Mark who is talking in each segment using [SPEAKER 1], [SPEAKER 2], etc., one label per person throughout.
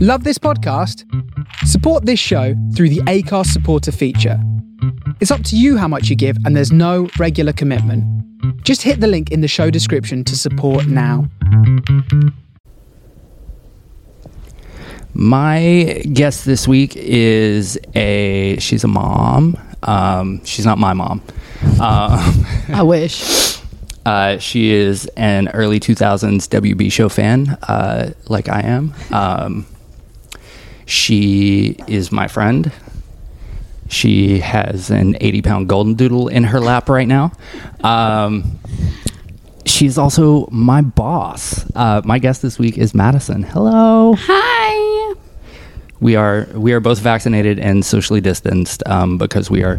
[SPEAKER 1] Love this podcast? Support this show through the ACARS supporter feature. It's up to you how much you give, and there's no regular commitment. Just hit the link in the show description to support now.
[SPEAKER 2] My guest this week is a she's a mom. Um, she's not my mom. Um,
[SPEAKER 3] I wish.
[SPEAKER 2] Uh, she is an early 2000s WB show fan, uh, like I am. Um, she is my friend. She has an 80 pound golden doodle in her lap right now. Um, she's also my boss. Uh, my guest this week is Madison. Hello.
[SPEAKER 3] Hi.
[SPEAKER 2] We are we are both vaccinated and socially distanced um, because we are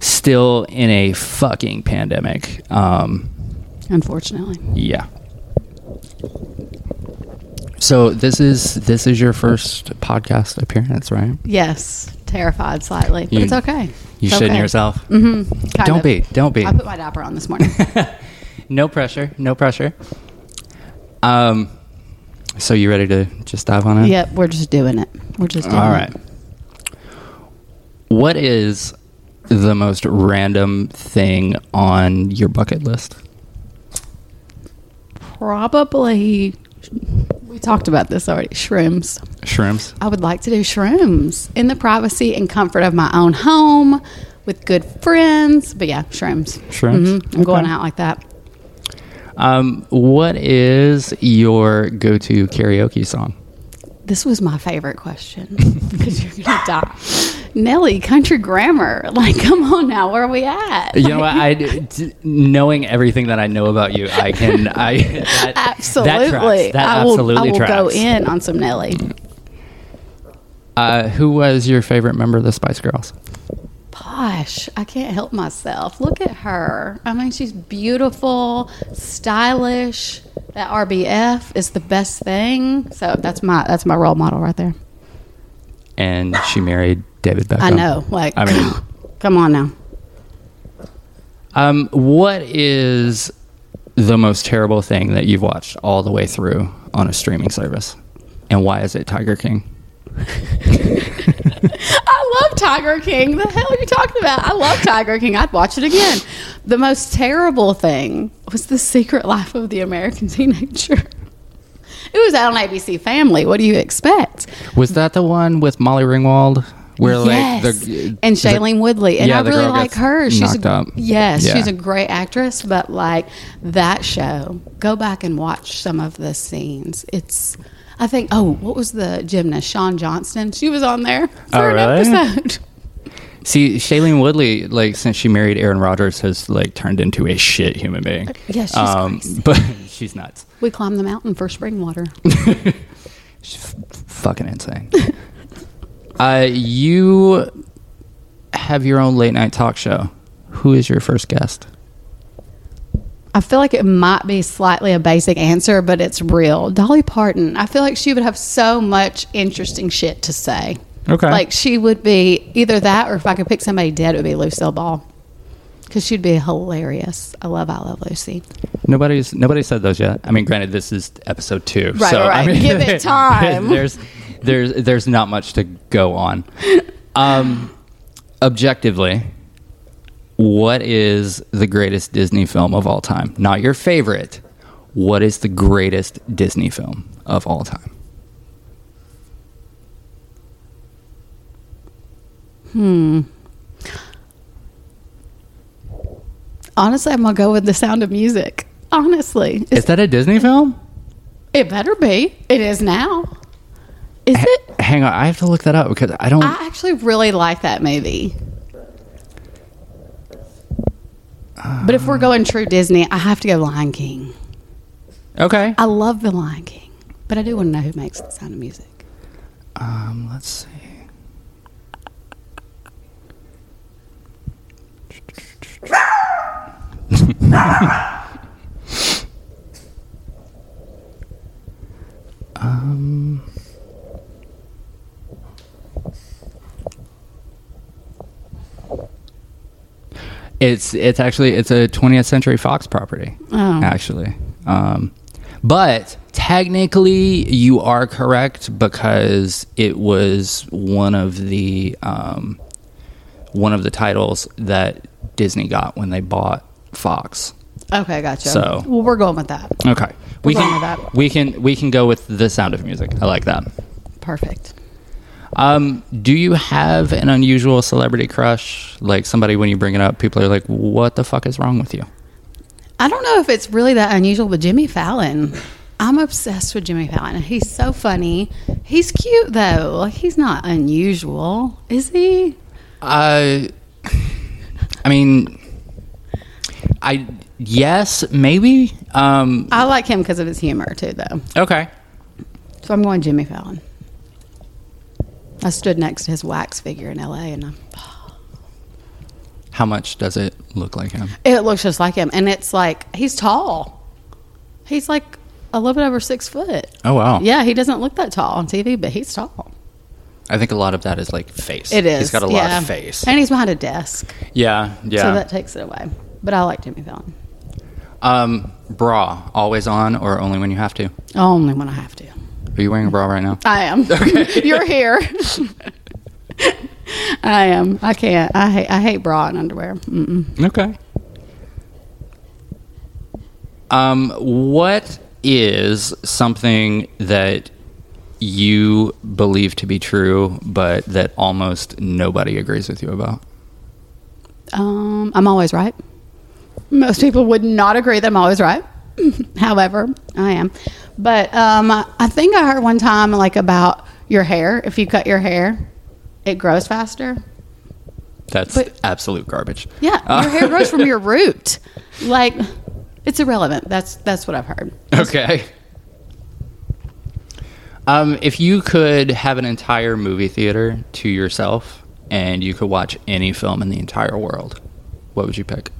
[SPEAKER 2] still in a fucking pandemic. Um,
[SPEAKER 3] Unfortunately.
[SPEAKER 2] yeah. So this is this is your first podcast appearance, right?
[SPEAKER 3] Yes. Terrified slightly, but
[SPEAKER 2] You-
[SPEAKER 3] it's okay.
[SPEAKER 2] You
[SPEAKER 3] It's
[SPEAKER 2] shitting
[SPEAKER 3] okay. Mm. Mm-hmm.
[SPEAKER 2] yourself?
[SPEAKER 3] Kind
[SPEAKER 2] Don't
[SPEAKER 3] of.
[SPEAKER 2] be. Don't be.
[SPEAKER 3] I put my diaper on this morning.
[SPEAKER 2] No pressure. No pressure. Um. So you ready to just dive on it?
[SPEAKER 3] yep, we're just doing it. We're just doing
[SPEAKER 2] All
[SPEAKER 3] it.
[SPEAKER 2] right. What is the most random thing on your bucket list?
[SPEAKER 3] Probably, we talked about this already. Shrooms.
[SPEAKER 2] Shrooms.
[SPEAKER 3] I would like to do shrooms in the privacy and comfort of my own home with good friends. But yeah, shrooms.
[SPEAKER 2] Shrooms?
[SPEAKER 3] Mhm. I'm going
[SPEAKER 2] Okay.
[SPEAKER 3] out like that.
[SPEAKER 2] Um, what is your go-to karaoke song?
[SPEAKER 3] This was my favorite question because you're gonna die. Nelly, country grammar. Like, come on now, where are we at?
[SPEAKER 2] You know what? I d- knowing everything that I know about you, I can. I that,
[SPEAKER 3] absolutely.
[SPEAKER 2] That, tracks. that
[SPEAKER 3] I will,
[SPEAKER 2] absolutely
[SPEAKER 3] I will
[SPEAKER 2] tracks.
[SPEAKER 3] go in on some Nelly.
[SPEAKER 2] Uh, who was your favorite member of the Spice Girls?
[SPEAKER 3] Gosh, I can't help myself. Look at her. I mean, she's beautiful, stylish. That RBF is the best thing. So that's my that's my role model right there.
[SPEAKER 2] And she married David Beckham.
[SPEAKER 3] I know. Like,
[SPEAKER 2] I mean,
[SPEAKER 3] come on now.
[SPEAKER 2] um, what is the most terrible thing that you've watched all the way through on a streaming service, and why is it Tiger King?
[SPEAKER 3] I love Tiger King. The hell are you talking about? I love Tiger King. I'd watch it again. The most terrible thing was The Secret Life of the American Teenager. It was out on ABC Family. What do you expect?
[SPEAKER 2] Was that the one with Molly Ringwald? Where
[SPEAKER 3] yes.
[SPEAKER 2] like the
[SPEAKER 3] and
[SPEAKER 2] the-
[SPEAKER 3] Shailene Woodley. And
[SPEAKER 2] yeah,
[SPEAKER 3] I
[SPEAKER 2] the
[SPEAKER 3] really
[SPEAKER 2] girl
[SPEAKER 3] like
[SPEAKER 2] gets
[SPEAKER 3] her. She's
[SPEAKER 2] knocked
[SPEAKER 3] a,
[SPEAKER 2] up.
[SPEAKER 3] Yes,
[SPEAKER 2] Yeah.
[SPEAKER 3] she's a great actress, but like that show, go back and watch some of the scenes. It's I think oh, what was the gymnast? Sean Johnston. She was on there for
[SPEAKER 2] Oh, really?
[SPEAKER 3] an episode.
[SPEAKER 2] See, Shailene Woodley, like since she married Aaron Rodgers, has like turned into a shit human being.
[SPEAKER 3] Uh,
[SPEAKER 2] Um,
[SPEAKER 3] Yeah, she's crazy.
[SPEAKER 2] but she's nuts.
[SPEAKER 3] We climbed the mountain for spring water.
[SPEAKER 2] She's f- fucking insane. uh, you have your own late night talk show. Who is your first guest?
[SPEAKER 3] I feel like it might be slightly a basic answer, but it's real. Dolly Parton, I feel like she would have so much interesting shit to say.
[SPEAKER 2] Okay.
[SPEAKER 3] Like she would be either that or if I could pick somebody dead, it would be Lucille Ball. Because she'd be hilarious. I love I Love Lucy.
[SPEAKER 2] Nobody's nobody said those yet. I mean, granted, this is episode two,
[SPEAKER 3] Right,
[SPEAKER 2] so
[SPEAKER 3] right,
[SPEAKER 2] I mean,
[SPEAKER 3] give it time.
[SPEAKER 2] There's there's there's not much to go on. Um, objectively, what is the greatest Disney film of all time? Not your favorite. What is the greatest Disney film of all time?
[SPEAKER 3] Honestly, I'm going to go with The Sound of Music. Honestly.
[SPEAKER 2] Is that a Disney film?
[SPEAKER 3] It better be. It is now. Is it?
[SPEAKER 2] Hang on, I have to look that up because I don't.
[SPEAKER 3] I actually really like that movie. But if we're going true Disney, I have to go Lion King.
[SPEAKER 2] okay,
[SPEAKER 3] I love the Lion King, but I do want to know who makes the sound of music.
[SPEAKER 2] um, let's see. It's it's actually it's a 20th Century Fox property,
[SPEAKER 3] Oh.
[SPEAKER 2] actually. Um, but Technically, you are correct because it was one of the um, one of the titles that Disney got when they bought Fox.
[SPEAKER 3] Okay, gotcha.
[SPEAKER 2] So-
[SPEAKER 3] well, we're going with that.
[SPEAKER 2] Okay, we
[SPEAKER 3] We're
[SPEAKER 2] can
[SPEAKER 3] going with that.
[SPEAKER 2] we can we can go with the Sound of Music. I like that.
[SPEAKER 3] Perfect.
[SPEAKER 2] Um, do you have an unusual celebrity crush? Like somebody when you bring it up, people are like, "What the fuck is wrong with you?"
[SPEAKER 3] I don't know if it's really that unusual, but Jimmy Fallon. I'm obsessed with Jimmy Fallon. He's so funny. He's cute though. Like he's not unusual, is he?
[SPEAKER 2] I, Uh, I mean, I yes, maybe. Um,
[SPEAKER 3] I like him because of his humor too, though.
[SPEAKER 2] okay.
[SPEAKER 3] So I'm going Jimmy Fallon. I stood next to his wax figure in L.A. and I,
[SPEAKER 2] How much does it look like him?
[SPEAKER 3] it looks just like him. And it's like he's tall. He's like a little bit over six foot.
[SPEAKER 2] Oh wow.
[SPEAKER 3] Yeah, he doesn't look that tall on TV, but he's tall.
[SPEAKER 2] I think a lot of that is like face.
[SPEAKER 3] It is.
[SPEAKER 2] He's got a lot
[SPEAKER 3] yeah.
[SPEAKER 2] of face.
[SPEAKER 3] and he's behind a desk,
[SPEAKER 2] Yeah. Yeah.
[SPEAKER 3] so that takes it away. But I like Jimmy Fallon.
[SPEAKER 2] um, bra always on or only when you have to? Are
[SPEAKER 3] Only when I have to.
[SPEAKER 2] you wearing a bra right now?
[SPEAKER 3] I am. You're here. I am. I can't. I hate. I hate bra and underwear. Mm-mm.
[SPEAKER 2] Okay. Um, what is something that you believe to be true, but that almost nobody agrees with you about?
[SPEAKER 3] Um, I'm always right. Most people would not agree that I'm always right. However, I am. But um, I think I heard one time like about your hair. If you cut your hair, it grows faster.
[SPEAKER 2] That's
[SPEAKER 3] But-
[SPEAKER 2] absolute garbage.
[SPEAKER 3] Yeah,
[SPEAKER 2] Uh,
[SPEAKER 3] your hair grows from your root. Like, it's irrelevant. That's that's what I've heard.
[SPEAKER 2] Okay. Um, if you could have an entire movie theater to yourself and you could watch any film in the entire world, what would you pick?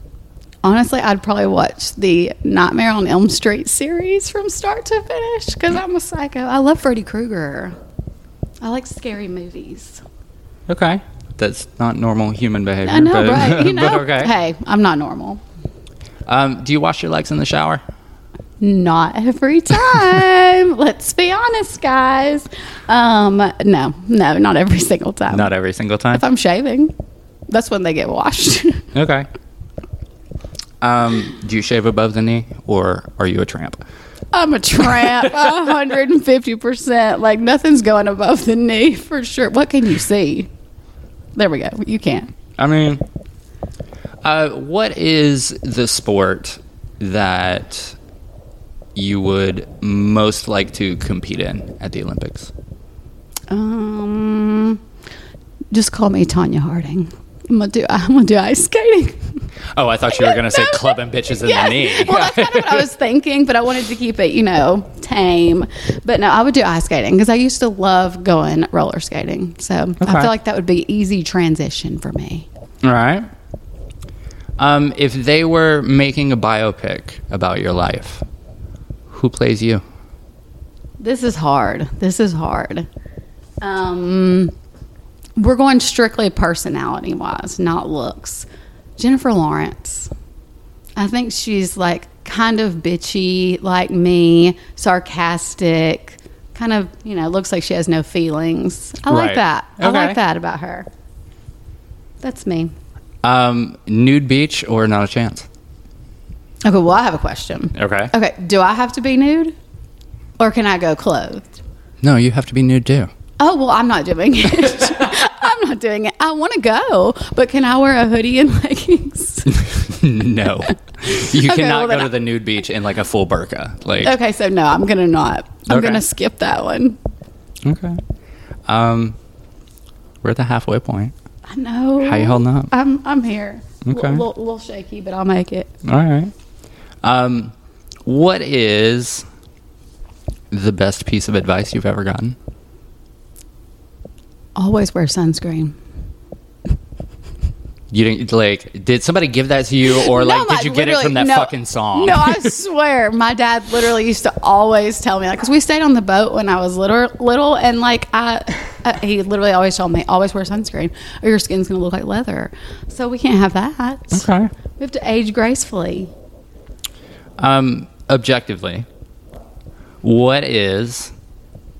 [SPEAKER 3] Honestly, I'd probably watch the Nightmare on Elm Street series from start to finish because I'm a psycho. I love Freddy Krueger. I like scary movies.
[SPEAKER 2] Okay. That's not normal human behavior.
[SPEAKER 3] I know,
[SPEAKER 2] but,
[SPEAKER 3] right? You
[SPEAKER 2] but
[SPEAKER 3] know,
[SPEAKER 2] okay.
[SPEAKER 3] hey, I'm not normal.
[SPEAKER 2] Um, do you wash your legs in the shower?
[SPEAKER 3] Not every time. Let's be honest, guys. Um, no, no, not every single time.
[SPEAKER 2] Not every single time.
[SPEAKER 3] if I'm shaving, that's when they get washed.
[SPEAKER 2] Okay. Um, do you shave above the knee, or are you a tramp?
[SPEAKER 3] I'm a tramp, 150%. Like, nothing's going above the knee for sure. What can you see? There we go. You can't.
[SPEAKER 2] I mean, uh, what is the sport that you would most like to compete in at the Olympics?
[SPEAKER 3] Um, just call me Tanya Harding. I'm gonna do. I'm gonna do ice skating.
[SPEAKER 2] Oh, I thought you were going to say
[SPEAKER 3] No.
[SPEAKER 2] clubbing bitches in
[SPEAKER 3] Yes.
[SPEAKER 2] the knee.
[SPEAKER 3] Well, that's kind of what I was thinking, but I wanted to keep it, you know, tame. But no, I would do ice skating because I used to love going roller skating. So I
[SPEAKER 2] Okay.
[SPEAKER 3] feel like that would be easy transition for me.
[SPEAKER 2] All right. Um, if they were making a biopic about your life, who plays you?
[SPEAKER 3] This is hard. This is hard. Um, we're going strictly personality wise, not looks. Jennifer Lawrence. I think she's like kind of bitchy, like me, sarcastic, kind of, you know, looks like she has no feelings. I
[SPEAKER 2] Right.
[SPEAKER 3] like that. I
[SPEAKER 2] Okay.
[SPEAKER 3] like that about her. That's me.
[SPEAKER 2] Um, nude beach or not a chance?
[SPEAKER 3] Okay, well, I have a question.
[SPEAKER 2] Okay.
[SPEAKER 3] Okay, do I have to be nude or can I go clothed?
[SPEAKER 2] No, you have to be nude too.
[SPEAKER 3] Oh well, I'm not doing it. I'm not doing it. I want to go, but can I wear a hoodie and leggings?
[SPEAKER 2] no, you
[SPEAKER 3] Okay, well,
[SPEAKER 2] cannot
[SPEAKER 3] then
[SPEAKER 2] go
[SPEAKER 3] I-
[SPEAKER 2] to the nude beach in like a full burqa. Like
[SPEAKER 3] okay, so no, I'm gonna not. I'm
[SPEAKER 2] Okay.
[SPEAKER 3] gonna skip that one.
[SPEAKER 2] okay. Um, we're at the halfway point.
[SPEAKER 3] I know.
[SPEAKER 2] How you holding up?
[SPEAKER 3] I'm I'm here.
[SPEAKER 2] Okay.
[SPEAKER 3] A little, little shaky, but I'll make it.
[SPEAKER 2] All right. Um, what is the best piece of advice you've ever gotten?
[SPEAKER 3] Always wear sunscreen.
[SPEAKER 2] You didn't like? Did somebody give that to you, or like
[SPEAKER 3] No,
[SPEAKER 2] did
[SPEAKER 3] my-
[SPEAKER 2] you get it
[SPEAKER 3] literally,
[SPEAKER 2] from that
[SPEAKER 3] no.
[SPEAKER 2] fucking song?
[SPEAKER 3] No, I swear, my dad literally used to always tell me like, because we stayed on the boat when I was little, little, and like I, uh, he literally always told me always wear sunscreen or your skin's gonna look like leather. So we can't have that.
[SPEAKER 2] okay.
[SPEAKER 3] We have to age gracefully.
[SPEAKER 2] Um, objectively, What is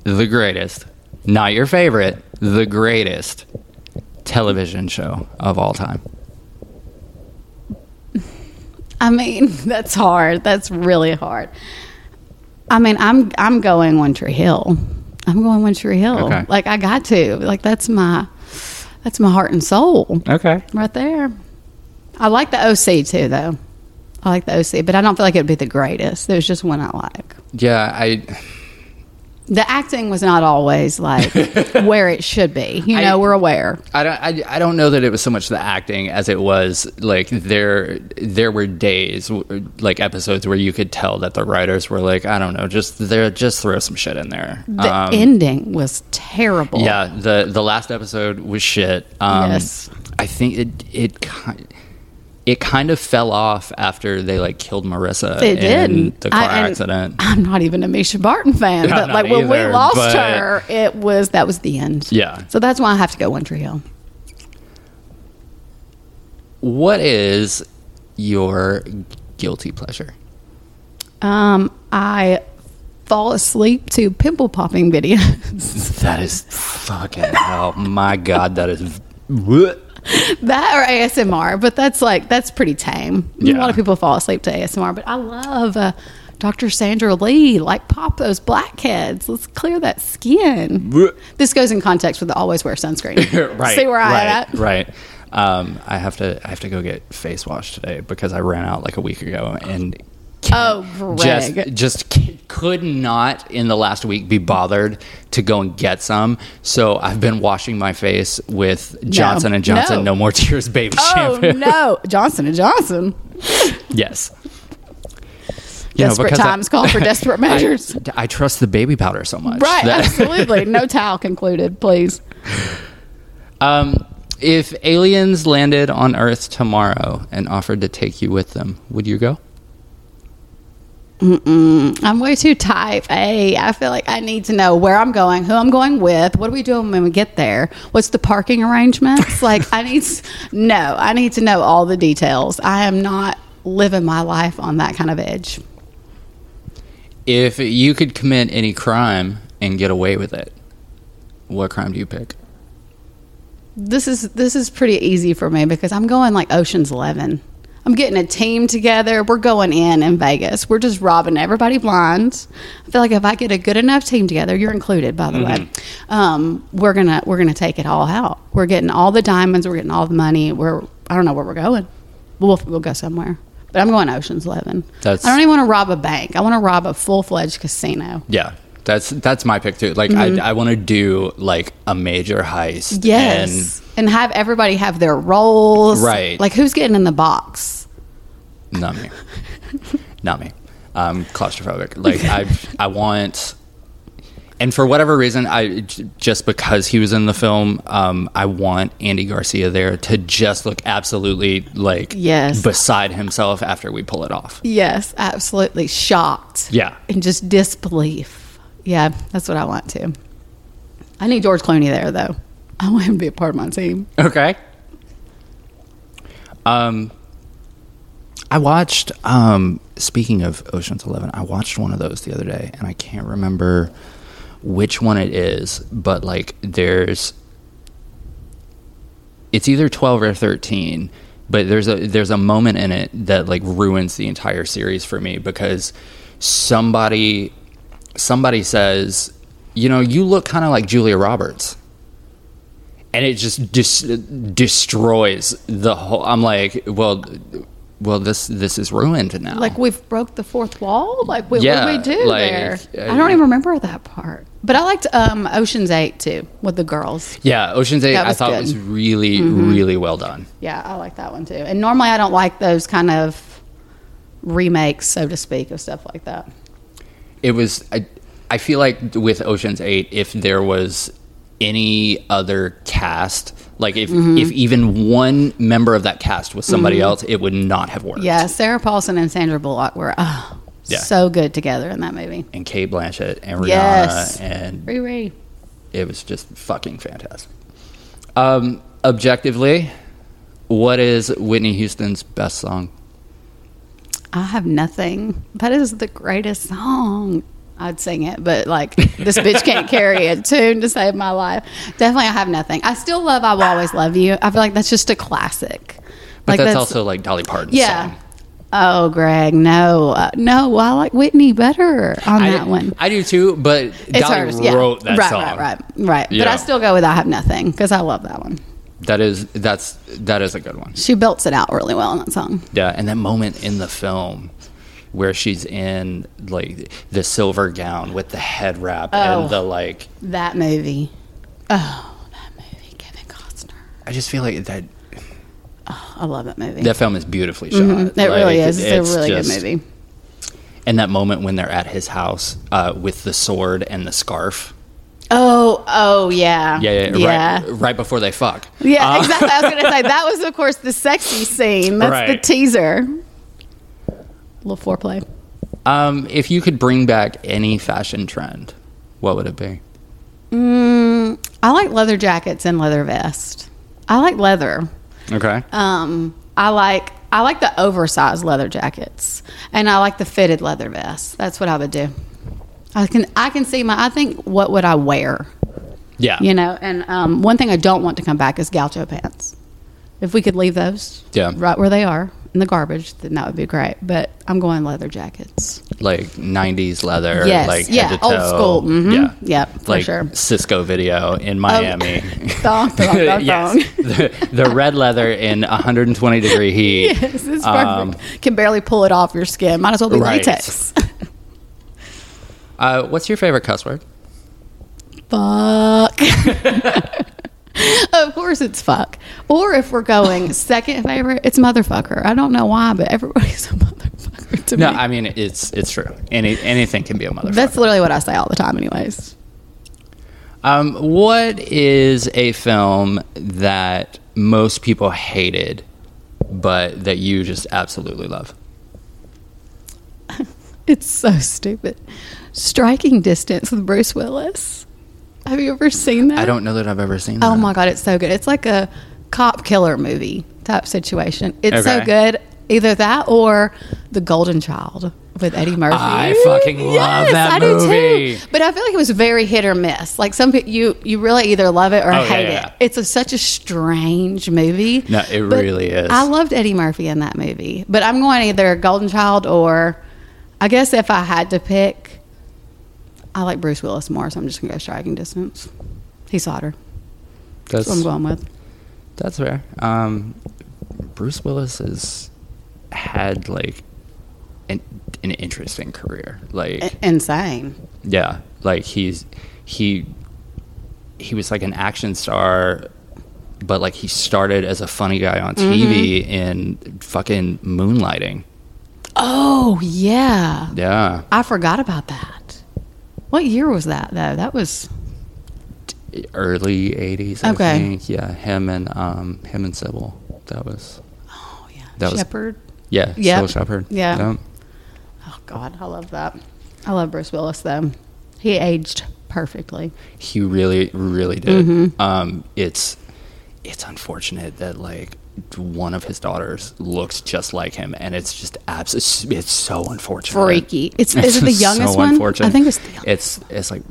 [SPEAKER 2] the greatest, not your favorite, the greatest television show of all time?
[SPEAKER 3] I mean, that's hard. That's really hard. I mean, I'm I'm going One Tree Hill. I'm going One Tree Hill.
[SPEAKER 2] Okay.
[SPEAKER 3] Like I got to. Like that's my that's my heart and soul
[SPEAKER 2] Okay.
[SPEAKER 3] right there. I like the OC too, though. I like the OC, but I don't feel like it'd be the greatest. There's just one I like.
[SPEAKER 2] Yeah, I
[SPEAKER 3] The acting was not always like where it should be. You know,
[SPEAKER 2] I-
[SPEAKER 3] we're aware.
[SPEAKER 2] I don't, I, I don't know that it was so much the acting as it was like there there were days w- like episodes where you could tell that the writers were like I don't know just they're just throw some shit in there.
[SPEAKER 3] The
[SPEAKER 2] Um,
[SPEAKER 3] ending was terrible.
[SPEAKER 2] yeah, the the last episode was shit. Um,
[SPEAKER 3] Yes.
[SPEAKER 2] I think it it ki- it kind of fell off after they like killed Marissa
[SPEAKER 3] They
[SPEAKER 2] in
[SPEAKER 3] did
[SPEAKER 2] the car
[SPEAKER 3] I- and
[SPEAKER 2] accident.
[SPEAKER 3] I'm not even a Misha Barton fan,
[SPEAKER 2] Yeah,
[SPEAKER 3] but
[SPEAKER 2] I'm
[SPEAKER 3] like
[SPEAKER 2] not
[SPEAKER 3] when
[SPEAKER 2] either,
[SPEAKER 3] we lost
[SPEAKER 2] but-
[SPEAKER 3] her, it was that was the end.
[SPEAKER 2] Yeah.
[SPEAKER 3] So that's why I have to go One Tree Hill.
[SPEAKER 2] What is your guilty pleasure?
[SPEAKER 3] Um, I fall asleep to pimple popping videos.
[SPEAKER 2] That is fucking hell. My God, that is.
[SPEAKER 3] that or ASMR, but that's like that's pretty tame. A
[SPEAKER 2] Yeah.
[SPEAKER 3] lot of people fall asleep to ASMR, but I love uh, Dr. Sandra Lee. Like pop those blackheads. Let's clear that skin. This goes in context with the always wear sunscreen.
[SPEAKER 2] right.
[SPEAKER 3] See where
[SPEAKER 2] right,
[SPEAKER 3] I'm at.
[SPEAKER 2] Right. Um, I have to. I have to go get face wash today because I ran out like a week ago and.
[SPEAKER 3] Oh, Greg.
[SPEAKER 2] Just, just c- could not in the last week be bothered to go and get some. So I've been washing my face with Johnson and Johnson
[SPEAKER 3] No.
[SPEAKER 2] No More Tears baby
[SPEAKER 3] oh
[SPEAKER 2] shampoo.
[SPEAKER 3] no, Johnson and Johnson.
[SPEAKER 2] Yes. You know,
[SPEAKER 3] Desperate
[SPEAKER 2] because I-
[SPEAKER 3] times call for desperate measures.
[SPEAKER 2] I trust the baby powder so much.
[SPEAKER 3] right,
[SPEAKER 2] that-
[SPEAKER 3] absolutely. No towel concluded, please.
[SPEAKER 2] Um, if aliens landed on Earth tomorrow and offered to take you with them, would you go?
[SPEAKER 3] I'm way too type A. I feel like I need to know where I'm going, who I'm going with, what are we doing when we get there, what's the parking arrangements. Like, I need s- no, I need to know all the details. I am not living my life on that kind of edge.
[SPEAKER 2] If you could commit any crime and get away with it, what crime do you pick?
[SPEAKER 3] This is this is pretty easy for me because I'm going like Ocean's Eleven. I'm getting a team together. We're going in in Vegas. We're just robbing everybody blind. I feel like if I get a good enough team together, you're included, by the way.
[SPEAKER 2] Mm-hmm.
[SPEAKER 3] Um, we're gonna we're gonna take it all out. We're getting all the diamonds. We're getting all the money. We're I don't know where we're going. We'll we'll go somewhere. But I'm going Ocean's Eleven.
[SPEAKER 2] That's-
[SPEAKER 3] I don't even want to rob a bank. I want to rob a full fledged casino.
[SPEAKER 2] Yeah, that's that's my pick too. Like
[SPEAKER 3] Mm-hmm.
[SPEAKER 2] I, I want to do like a major heist.
[SPEAKER 3] Yes. And, have everybody have their roles.
[SPEAKER 2] Right.
[SPEAKER 3] Like who's getting in the box?
[SPEAKER 2] and not me, not me. I'm claustrophobic. Like I I want. And for whatever reason, I j- just because he was in the film, um, I want Andy Garcia there to just look absolutely like
[SPEAKER 3] Yes.
[SPEAKER 2] beside himself after we pull it off.
[SPEAKER 3] Yes, absolutely. Shocked.
[SPEAKER 2] Yeah.
[SPEAKER 3] And just disbelief. Yeah, that's what I want to. I need George Clooney there, though. I want him to be a part of my team.
[SPEAKER 2] Okay. Um, I watched. Um, speaking of Ocean's Eleven, I watched one of those the other day, and I can't remember which one it is. But like, there's it's either 12 or 13 but there's a there's a moment in it that like ruins the entire series for me because somebody somebody says you know you look kind of like julia roberts and it just dis- destroys the whole i'm like well well this this is ruined now
[SPEAKER 3] Like, we've broke the fourth wall? Like, what
[SPEAKER 2] Oh. Yeah,
[SPEAKER 3] what did we do
[SPEAKER 2] like,
[SPEAKER 3] there?
[SPEAKER 2] uh,
[SPEAKER 3] I don't even remember that part. But I liked um, Ocean's 8, too, with the girls.
[SPEAKER 2] yeah ocean's 8
[SPEAKER 3] That
[SPEAKER 2] i
[SPEAKER 3] was
[SPEAKER 2] thought
[SPEAKER 3] good. Mm-hmm.
[SPEAKER 2] was really really well done
[SPEAKER 3] Yeah, I like that one, too. And normally I don't like those kind of remakes, so to speak, of stuff like that.
[SPEAKER 2] it was I, I feel like with oceans 8 if there was any other cast like if
[SPEAKER 3] Mm-hmm.
[SPEAKER 2] if even one member of that cast was somebody else it would not have worked
[SPEAKER 3] Yeah, Sarah Paulson and Sandra Bullock were oh,
[SPEAKER 2] Yeah.
[SPEAKER 3] so good together in that movie.
[SPEAKER 2] and kate blanchett and rihanna
[SPEAKER 3] Yes.
[SPEAKER 2] and
[SPEAKER 3] Riri.
[SPEAKER 2] it was just fucking fantastic um objectively what is whitney houston's best song
[SPEAKER 3] I have nothing. That is the greatest song. I'd sing it, but like this bitch can't carry a tune to save my life. Definitely, I have nothing. I still love "I Will Always Love You." I feel like that's just a classic.
[SPEAKER 2] But that's, also like Dolly Parton's
[SPEAKER 3] yeah.
[SPEAKER 2] song.
[SPEAKER 3] Oh, Greg, no, uh, no. Well, I like Whitney better on that one.
[SPEAKER 2] I do too, but
[SPEAKER 3] It's
[SPEAKER 2] Dolly
[SPEAKER 3] hers. Yeah.
[SPEAKER 2] wrote that
[SPEAKER 3] right,
[SPEAKER 2] song.
[SPEAKER 3] Right, right, right. But
[SPEAKER 2] Yeah.
[SPEAKER 3] I still go with "I Have Nothing" because I love that one.
[SPEAKER 2] That is that's that is a good one.
[SPEAKER 3] She belts it out really well in that song.
[SPEAKER 2] Yeah, and that moment in the film where she's in like the silver gown with the head wrap
[SPEAKER 3] Oh.
[SPEAKER 2] and the like
[SPEAKER 3] That movie. Oh, that movie, Kevin Costner.
[SPEAKER 2] I just feel like that
[SPEAKER 3] I love that movie.
[SPEAKER 2] that film is beautifully shot.
[SPEAKER 3] Mhm. It really
[SPEAKER 2] Like,
[SPEAKER 3] is. It's, a really
[SPEAKER 2] just-
[SPEAKER 3] good movie.
[SPEAKER 2] And that moment when they're at his house uh, with the sword and the scarf.
[SPEAKER 3] Oh, oh yeah,
[SPEAKER 2] Yeah, yeah,
[SPEAKER 3] yeah,
[SPEAKER 2] Right, Uh, right before they fuck.
[SPEAKER 3] Yeah, exactly. I was gonna say that was, of course, the sexy scene. That's the
[SPEAKER 2] Right.
[SPEAKER 3] teaser. little foreplay.
[SPEAKER 2] Um, if you could bring back any fashion trend, what would it be?
[SPEAKER 3] Mm, I like leather jackets and leather vest. I like leather.
[SPEAKER 2] Okay.
[SPEAKER 3] Um, I like I like the oversized leather jackets, and I like the fitted leather vests. That's what I would do. I can I can see my. I think what would I wear?
[SPEAKER 2] yeah.
[SPEAKER 3] You know, and um, one thing I don't want to come back is gaucho pants. If we could leave those
[SPEAKER 2] Yeah.
[SPEAKER 3] right where they are in the garbage, then that would be great. But I'm going leather jackets.
[SPEAKER 2] Like 90s leather.
[SPEAKER 3] Yes,
[SPEAKER 2] Like head
[SPEAKER 3] yeah,
[SPEAKER 2] to
[SPEAKER 3] old
[SPEAKER 2] toe.
[SPEAKER 3] school, mhm.
[SPEAKER 2] Yeah.
[SPEAKER 3] Yep, for
[SPEAKER 2] like
[SPEAKER 3] sure. Oh.
[SPEAKER 2] Cisco video in Miami.
[SPEAKER 3] Thong, thong, thong,
[SPEAKER 2] yes.
[SPEAKER 3] thong.
[SPEAKER 2] the, the red leather in 120 degree heat.
[SPEAKER 3] Yes, it's perfect.
[SPEAKER 2] Um,
[SPEAKER 3] Can barely pull it off your skin. Might as well be
[SPEAKER 2] Right.
[SPEAKER 3] latex.
[SPEAKER 2] Uh, what's your favorite cuss word?
[SPEAKER 3] fuck. of course it's fuck. Or if we're going second favorite, it's motherfucker. I don't know why, but everybody's a motherfucker to
[SPEAKER 2] No,
[SPEAKER 3] me.
[SPEAKER 2] I mean it's it's true. Any anything can be a motherfucker.
[SPEAKER 3] That's literally what I say all the time, anyways.
[SPEAKER 2] Um, what is a film that most people hated, but that you just absolutely love?
[SPEAKER 3] It's so stupid. Striking Distance with Bruce Willis. Have you ever seen that?
[SPEAKER 2] I don't know that I've ever seen. That.
[SPEAKER 3] Uh, Oh my god, it's so good. It's like a cop killer movie type situation. It's so
[SPEAKER 2] Okay.
[SPEAKER 3] good. Either that or The Golden Child with Eddie Murphy.
[SPEAKER 2] I fucking love that
[SPEAKER 3] I
[SPEAKER 2] movie.
[SPEAKER 3] Do too. But I feel like it was very hit or miss. Like some people, you you really either love it or
[SPEAKER 2] Oh, yeah,
[SPEAKER 3] hate
[SPEAKER 2] yeah.
[SPEAKER 3] it. It's a, such a strange movie.
[SPEAKER 2] No, it
[SPEAKER 3] But
[SPEAKER 2] really is.
[SPEAKER 3] I loved Eddie Murphy in that movie, but I'm going either Golden Child or, I guess if I had to pick, I like Bruce Willis more, so I'm just gonna go Striking Distance. He's hotter.
[SPEAKER 2] That's
[SPEAKER 3] That's what I'm going with.
[SPEAKER 2] that's fair. Um, Bruce Willis has had like an an interesting career. Like
[SPEAKER 3] I- Insane.
[SPEAKER 2] Yeah, like he's he he was like an action star, but like he started as a funny guy on
[SPEAKER 3] Mm-hmm.
[SPEAKER 2] TV in fucking moonlighting.
[SPEAKER 3] Oh yeah,
[SPEAKER 2] Yeah,
[SPEAKER 3] I forgot about that. What year was that though? That was
[SPEAKER 2] early '80s. I
[SPEAKER 3] Okay.
[SPEAKER 2] think. Yeah, him and um him and Sybil. That was
[SPEAKER 3] oh yeah,
[SPEAKER 2] That was-
[SPEAKER 3] Shepherd.
[SPEAKER 2] yeah.
[SPEAKER 3] Yep.
[SPEAKER 2] Sybil Shepherd.
[SPEAKER 3] Yeah. Oh god, I love that. I love Bruce Willis though. He aged perfectly.
[SPEAKER 2] he really really did.
[SPEAKER 3] Mm-hmm.
[SPEAKER 2] Um, it's it's unfortunate that like one of his daughters looks just like him, and it's just abs. It's so unfortunate.
[SPEAKER 3] Freaky. It's is it the
[SPEAKER 2] so
[SPEAKER 3] youngest one?
[SPEAKER 2] unfortunate.
[SPEAKER 3] I think it's the youngest.
[SPEAKER 2] It's it's like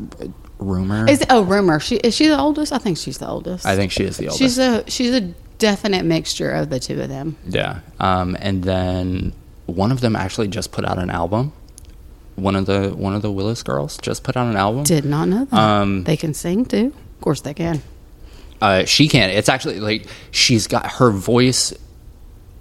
[SPEAKER 2] rumor.
[SPEAKER 3] Is it, oh rumor? She is she the oldest? I think she's the oldest.
[SPEAKER 2] I think she is the oldest.
[SPEAKER 3] she's a she's a definite mixture of the two of them.
[SPEAKER 2] yeah. Um, and then one of them actually just put out an album. One of the one of the Willis girls just put out an album.
[SPEAKER 3] Did not know that.
[SPEAKER 2] Um,
[SPEAKER 3] they can sing too. Of course they can.
[SPEAKER 2] uh, she can. It's actually like she's got her voice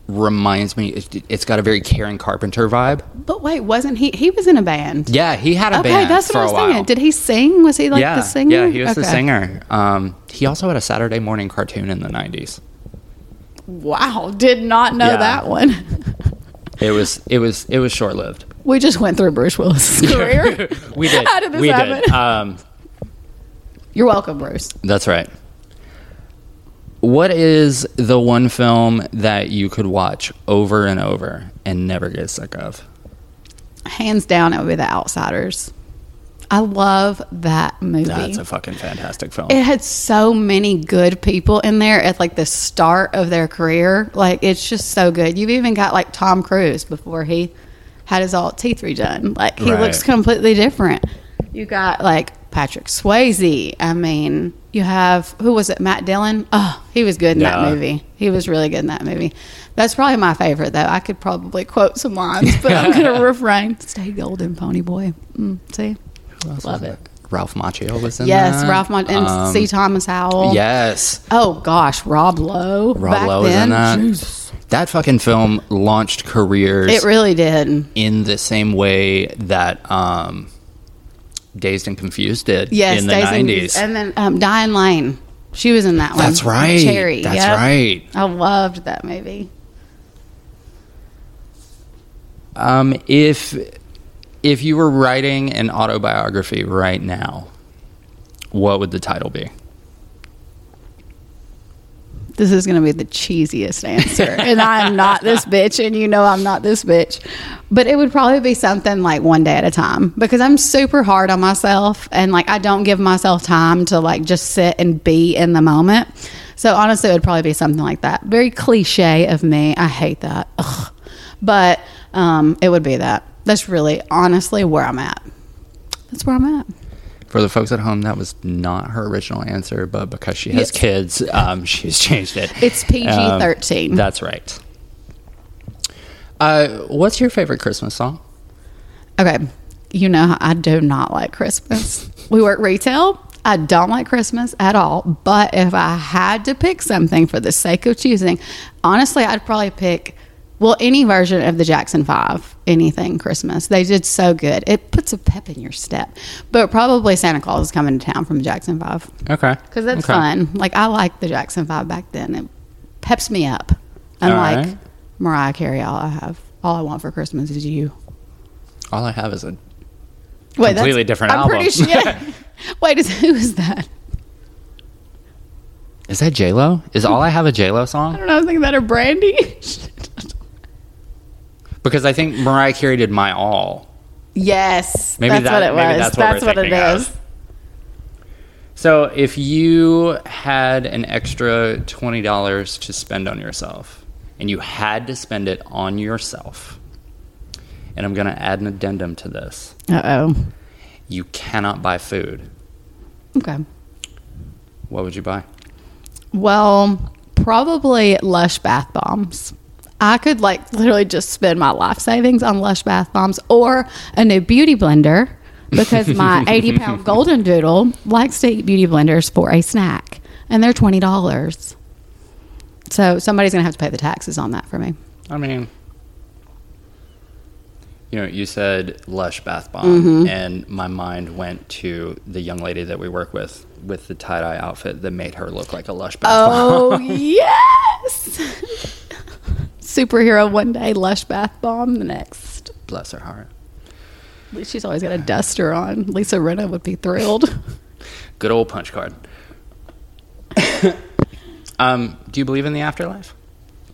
[SPEAKER 2] reminds me. It, it's got a very Karen Carpenter vibe.
[SPEAKER 3] But wait, wasn't he? He was in a band.
[SPEAKER 2] Yeah, he had a
[SPEAKER 3] Okay,
[SPEAKER 2] band
[SPEAKER 3] that's
[SPEAKER 2] for
[SPEAKER 3] what I
[SPEAKER 2] a
[SPEAKER 3] was
[SPEAKER 2] while.
[SPEAKER 3] thinking. Did he sing? Was he like
[SPEAKER 2] yeah,
[SPEAKER 3] the singer?
[SPEAKER 2] yeah, he was the
[SPEAKER 3] Okay.
[SPEAKER 2] singer. Um, he also had a Saturday morning cartoon in the '90s.
[SPEAKER 3] Wow, did not know
[SPEAKER 2] Yeah.
[SPEAKER 3] that one.
[SPEAKER 2] It was it was it was short lived.
[SPEAKER 3] We just went through Bruce Willis's career.
[SPEAKER 2] We did.
[SPEAKER 3] How did this
[SPEAKER 2] we
[SPEAKER 3] happen?
[SPEAKER 2] Did. Um,
[SPEAKER 3] You're welcome, Bruce.
[SPEAKER 2] that's right. What is the one film that you could watch over and over and never get sick of?
[SPEAKER 3] Hands down, it would be The Outsiders. I love that movie.
[SPEAKER 2] That's a fucking fantastic film.
[SPEAKER 3] it had so many good people in there at like the start of their career. Like it's just so good. You've even got like Tom Cruise before he had his alt teeth redone. Like he
[SPEAKER 2] Right.
[SPEAKER 3] looks completely different. You got like Patrick Swayze. I mean, you have who was it? Matt Dillon. Oh, he was good in
[SPEAKER 2] Yeah.
[SPEAKER 3] that movie. He was really good in that movie. That's probably my favorite though. I could probably quote some lines, but I'm gonna refrain. Stay golden, Pony Boy. Mm, see, love it.
[SPEAKER 2] Ralph Macchio was in
[SPEAKER 3] Yes,
[SPEAKER 2] that.
[SPEAKER 3] Ralph Mon- and
[SPEAKER 2] Um,
[SPEAKER 3] C. Thomas Howell.
[SPEAKER 2] Yes.
[SPEAKER 3] Oh gosh, Rob Lowe.
[SPEAKER 2] Rob
[SPEAKER 3] back
[SPEAKER 2] Lowe was
[SPEAKER 3] then.
[SPEAKER 2] in that.
[SPEAKER 3] Jesus.
[SPEAKER 2] That fucking film launched careers
[SPEAKER 3] It really did.
[SPEAKER 2] in the same way that um, Dazed and Confused did
[SPEAKER 3] Yes,
[SPEAKER 2] in the
[SPEAKER 3] Dazed
[SPEAKER 2] 90s.
[SPEAKER 3] and Confused. And then um, Diane Lane. She was in that one.
[SPEAKER 2] That's right.
[SPEAKER 3] Cherry.
[SPEAKER 2] That's
[SPEAKER 3] yep.
[SPEAKER 2] right.
[SPEAKER 3] I loved that movie.
[SPEAKER 2] Um, if if you were writing an autobiography right now, what would the title be?
[SPEAKER 3] This is going to be the cheesiest answer. and I'm not this bitch, and you know I'm not this bitch. But it would probably be something like one day at a time because I'm super hard on myself and like I don't give myself time to like just sit and be in the moment. So honestly, it would probably be something like that. Very cliche of me. I hate that. Ugh. But um, it would be that. That's really honestly where I'm at. That's where I'm at.
[SPEAKER 2] For the folks at home, that was not her original answer, but because she has
[SPEAKER 3] Yes.
[SPEAKER 2] kids, um, she's changed it.
[SPEAKER 3] It's PG-13.
[SPEAKER 2] Um, that's right. Uh, what's your favorite Christmas song?
[SPEAKER 3] Okay. You know, how I do not like Christmas. we work retail. I don't like Christmas at all. But if I had to pick something for the sake of choosing, honestly, I'd probably pick, well, any version of the Jackson Five, anything Christmas. They did so good. It puts a pep in your step. But probably Santa Claus is coming to town from the Jackson Five
[SPEAKER 2] Okay,
[SPEAKER 3] because that's
[SPEAKER 2] Okay.
[SPEAKER 3] fun. Like, I like the Jackson Five back then. It peps me up. Unlike
[SPEAKER 2] right.
[SPEAKER 3] Mariah Carey, all I have, all I want for Christmas is you.
[SPEAKER 2] All I have is a.
[SPEAKER 3] Wait, that's-
[SPEAKER 2] Completely different
[SPEAKER 3] I'm
[SPEAKER 2] album.
[SPEAKER 3] Pretty sure, yeah. Wait, is, who is that?
[SPEAKER 2] Is that J Lo? Is all I have a J Lo
[SPEAKER 3] I
[SPEAKER 2] song?
[SPEAKER 3] don't know. I was thinking that or Brandy.
[SPEAKER 2] Because I think Mariah Carey did my all.
[SPEAKER 3] yes,
[SPEAKER 2] Maybe
[SPEAKER 3] that's
[SPEAKER 2] that-
[SPEAKER 3] what it was.
[SPEAKER 2] maybe that's
[SPEAKER 3] that's
[SPEAKER 2] what
[SPEAKER 3] what,
[SPEAKER 2] we're
[SPEAKER 3] it
[SPEAKER 2] thinking
[SPEAKER 3] is.
[SPEAKER 2] of. So if you had an extra twenty dollars to spend on yourself, and you had to spend it on yourself, and I'm going to add an addendum to this.
[SPEAKER 3] Uh oh.
[SPEAKER 2] you cannot buy food,
[SPEAKER 3] Okay.
[SPEAKER 2] what would you buy?
[SPEAKER 3] Well, probably Lush bath bombs. I could like literally just spend my life savings on Lush bath bombs or a new beauty blender because my 80 pound golden doodle likes to eat beauty blenders for a snack and they're $20. So somebody's going to have to pay the taxes on that for me.
[SPEAKER 2] I mean, you know, you said lush bath bomb, and my mind went to the young lady that we work with with the tie dye outfit that made her look like a lush bath bomb.
[SPEAKER 3] Oh yes! Superhero one day, lush bath bomb the next.
[SPEAKER 2] Bless her heart.
[SPEAKER 3] She's always got a duster on. Lisa Rinna would be thrilled.
[SPEAKER 2] Good old punch card. um, do you believe in the afterlife?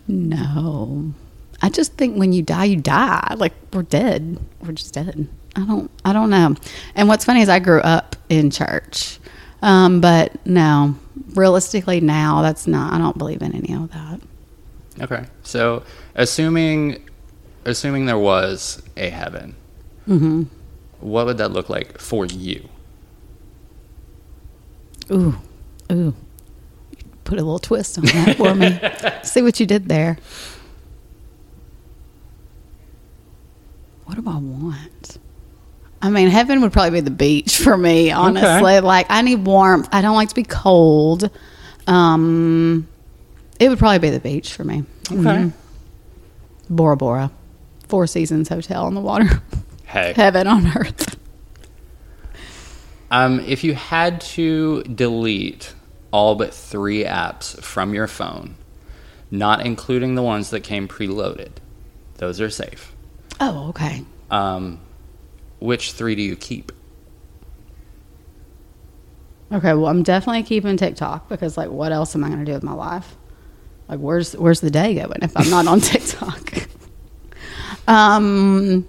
[SPEAKER 3] No, I just think when you die, you die. Like we're dead. We're just dead. I don't. I don't know. And what's funny is I grew up in church, um, but no, realistically now that's not. I don't believe in any of that.
[SPEAKER 2] Okay. So, assuming assuming there was a heaven, what would that look like for you?
[SPEAKER 3] Ooh, ooh. Put a little twist on that for me. See what you did there. What do I want? I mean, heaven would probably be the beach for me, honestly. Like, I need warmth. I don't like to be cold. Um, it would probably be the beach for me. Mm-hmm.
[SPEAKER 2] Okay.
[SPEAKER 3] Bora Bora, Four Seasons Hotel on the water,
[SPEAKER 2] Hey.
[SPEAKER 3] heaven on earth.
[SPEAKER 2] Um, if you had to delete all but three apps from your phone, not including the ones that came preloaded, those are safe.
[SPEAKER 3] Oh, okay.
[SPEAKER 2] Um, which three do you keep?
[SPEAKER 3] Okay, well, I'm definitely keeping TikTok because, like, what else am I going to do with my life? Like, where's where's the day going if I'm not on TikTok? um,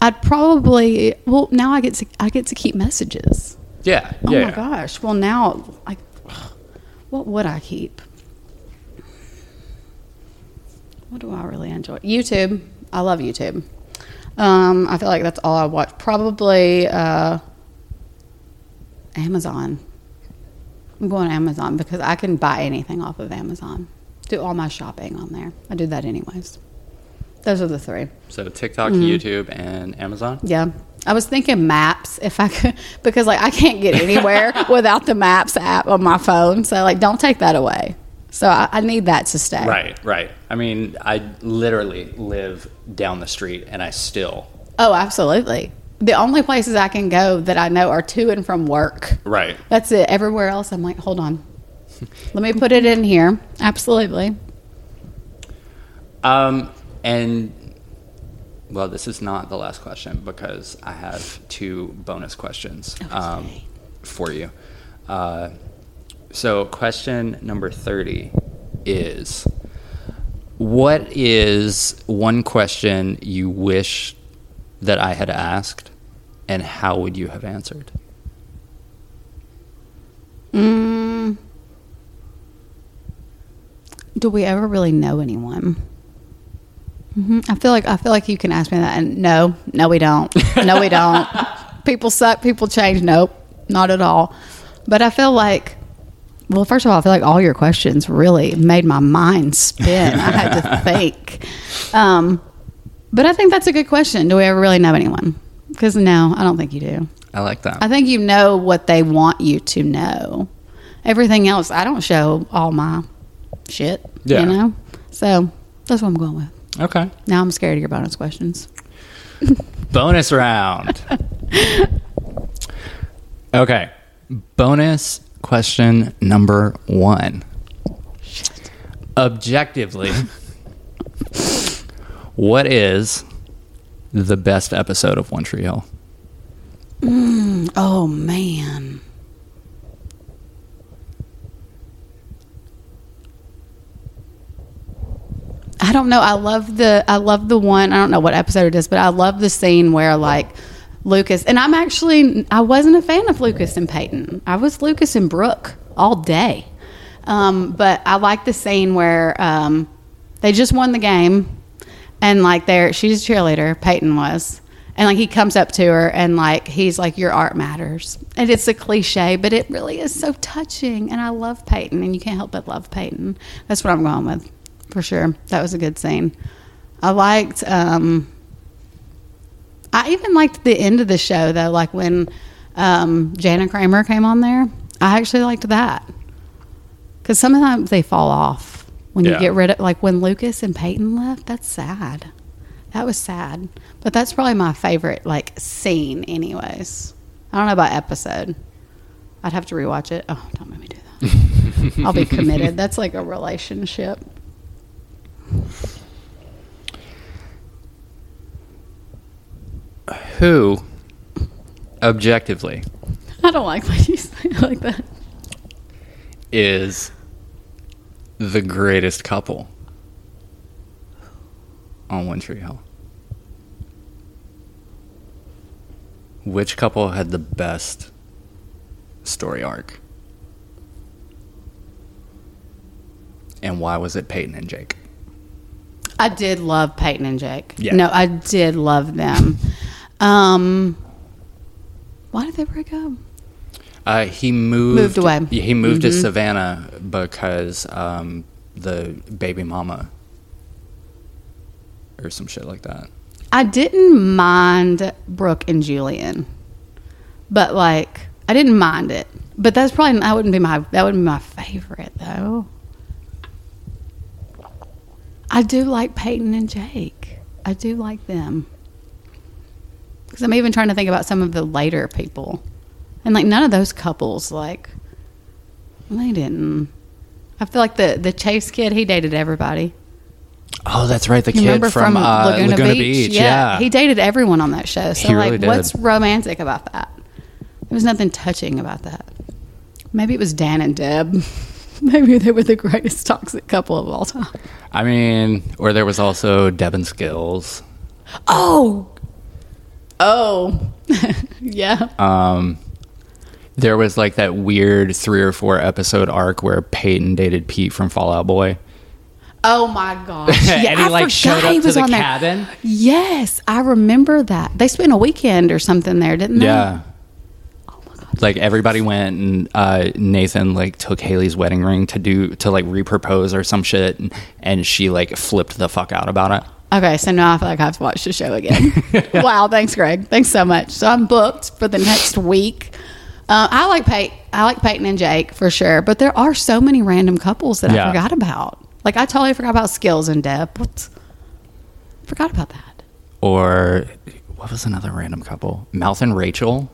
[SPEAKER 3] I'd probably well now I get to I get to keep messages.
[SPEAKER 2] Yeah.
[SPEAKER 3] Oh
[SPEAKER 2] yeah.
[SPEAKER 3] my gosh! Well, now like, what would I keep? What do I really enjoy? YouTube. I love YouTube. Um, I feel like that's all I watch. Probably uh, Amazon. I'm going to Amazon because I can buy anything off of Amazon. Do all my shopping on there. I do that anyways. Those are the three.
[SPEAKER 2] So TikTok,
[SPEAKER 3] Mm-hmm.
[SPEAKER 2] YouTube, and Amazon.
[SPEAKER 3] Yeah. I was thinking maps if I could because like I can't get anywhere without the maps app on my phone. So like don't take that away. So I, I need that to stay.
[SPEAKER 2] Right, right. I mean, I literally live down the street, and I still
[SPEAKER 3] Oh, absolutely. The only places I can go that I know are to and from work.
[SPEAKER 2] right.
[SPEAKER 3] That's it. Everywhere else I'm like, hold on. Let me put it in here. Absolutely.
[SPEAKER 2] Um, and well, this is not the last question because I have two bonus questions um, for you. Uh, so, question number 30 is What is one question you wish that I had asked, and how would you have answered?
[SPEAKER 3] Mm. Do we ever really know anyone? hmm I feel like I feel like you can ask me that, and no, no, we don't. No, we don't. people suck. People change. Nope, not at all. But I feel like, well, first of all, I feel like all your questions really made my mind spin. I had to think. Um, but I think that's a good question. Do we ever really know anyone? Because no, I don't think you do.
[SPEAKER 2] I like that.
[SPEAKER 3] I think you know what they want you to know. Everything else, I don't show all my shit.
[SPEAKER 2] Yeah.
[SPEAKER 3] You know? So that's what I'm going with.
[SPEAKER 2] okay.
[SPEAKER 3] Now I'm scared of your bonus questions.
[SPEAKER 2] bonus round. okay. Bonus question number one. Objectively, what is the best episode of One Tree Hill?
[SPEAKER 3] Oh, man. I don't know. I love the I love the one. I don't know what episode it is, but I love the scene where like Lucas and I'm actually I wasn't a fan of Lucas and Peyton. I was Lucas and Brooke all day, um, but I like the scene where um, they just won the game and like they're she's a cheerleader. Peyton was. And like he comes up to her and like he's like your art matters and it's a cliche but it really is so touching and I love Peyton and you can't help but love Peyton that's what I'm going with for sure. That was a good scene. I liked. Um, I even liked the end of the show though, like when um, Jana Kramer came on there. I actually liked that because sometimes they fall off when
[SPEAKER 2] Yeah.
[SPEAKER 3] you get rid of, like when Lucas and Peyton left. That's sad. That was sad, but that's probably my favorite like scene, anyways. I don't know about episode. I'd have to rewatch it. Oh, don't make me do that. I'll be committed. That's like a relationship.
[SPEAKER 2] Who, objectively,
[SPEAKER 3] I don't like when you say it like that.
[SPEAKER 2] is the greatest couple on One Tree Hill? Which couple had the best story arc? And why was it Peyton and Jake?
[SPEAKER 3] I did love Peyton and Jake.
[SPEAKER 2] Yeah.
[SPEAKER 3] No, I did love them. um, why did they break up?
[SPEAKER 2] Uh, he moved,
[SPEAKER 3] Moved away. Mm-hmm.
[SPEAKER 2] yeah, He moved to Savannah because um, the baby mama or some shit like that.
[SPEAKER 3] I didn't mind Brooke and Julian, but like I didn't mind it. But that's probably that wouldn't be my that wouldn't be my favorite though. I do like Peyton and Jake. I do like them because I'm even trying to think about some of the later people, and like none of those couples like they didn't. I feel like the the Chase kid he dated everybody.
[SPEAKER 2] Oh, that's right. The
[SPEAKER 3] You
[SPEAKER 2] kid
[SPEAKER 3] remember
[SPEAKER 2] from,
[SPEAKER 3] from,
[SPEAKER 2] uh,
[SPEAKER 3] Laguna, Beach?
[SPEAKER 2] Yeah.
[SPEAKER 3] he dated everyone on that show. So
[SPEAKER 2] He
[SPEAKER 3] like,
[SPEAKER 2] really did.
[SPEAKER 3] what's romantic about that? There was nothing touching about that. Maybe it was Dan and Deb. Maybe they were the greatest toxic couple of all time.
[SPEAKER 2] I mean, or there was also Devin Skills.
[SPEAKER 3] Oh, oh, yeah.
[SPEAKER 2] Um, there was like that weird three or four episode arc where Peyton dated Pete from Fallout Boy.
[SPEAKER 3] Oh my gosh.
[SPEAKER 2] and he
[SPEAKER 3] I
[SPEAKER 2] like showed
[SPEAKER 3] forgot
[SPEAKER 2] up
[SPEAKER 3] he
[SPEAKER 2] to
[SPEAKER 3] was
[SPEAKER 2] the
[SPEAKER 3] on there.
[SPEAKER 2] cabin.
[SPEAKER 3] Yes, I remember that. They spent a weekend or something there, didn't they?
[SPEAKER 2] Yeah.
[SPEAKER 3] Oh
[SPEAKER 2] Like everybody went and uh, Nathan like took Haley's wedding ring to do to like repropose or some shit and, and she like flipped the fuck out about it.
[SPEAKER 3] Okay, so now I feel like I have to watch the show again. wow, thanks, Greg. Thanks so much. So I'm booked for the next week. Uh, I like Peyton. I like Peyton and Jake for sure, but there are so many random couples that
[SPEAKER 2] Yeah.
[SPEAKER 3] I forgot about. Like I totally forgot about skills and depth. What? Forgot about that.
[SPEAKER 2] Or what was another random couple? Mouth and Rachel.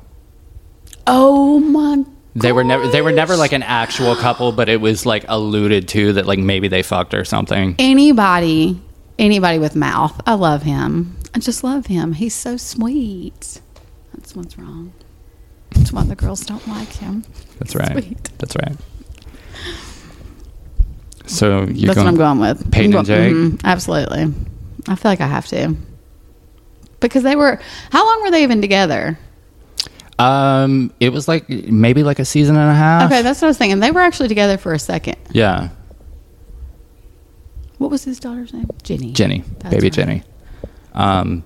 [SPEAKER 3] Oh my!
[SPEAKER 2] They were never they were never
[SPEAKER 3] gosh.
[SPEAKER 2] like an actual couple, but it was like alluded to that like maybe they fucked or something.
[SPEAKER 3] anybody anybody with mouth i love him i just love him he's so sweet that's what's wrong that's why the girls don't like him
[SPEAKER 2] That's right.
[SPEAKER 3] Sweet.
[SPEAKER 2] That's right. So you're
[SPEAKER 3] that's
[SPEAKER 2] going,
[SPEAKER 3] what i'm going with
[SPEAKER 2] Peyton
[SPEAKER 3] I'm
[SPEAKER 2] and
[SPEAKER 3] go-
[SPEAKER 2] Jake?
[SPEAKER 3] mhm, absolutely i feel like i have to because they were how long were they even together
[SPEAKER 2] Um, it was like maybe like a season and a half.
[SPEAKER 3] okay that's what i was thinking they were actually together for a second
[SPEAKER 2] Yeah,
[SPEAKER 3] what was his daughter's name jenny
[SPEAKER 2] Jenny,
[SPEAKER 3] That's
[SPEAKER 2] baby
[SPEAKER 3] right.
[SPEAKER 2] Jenny. Um,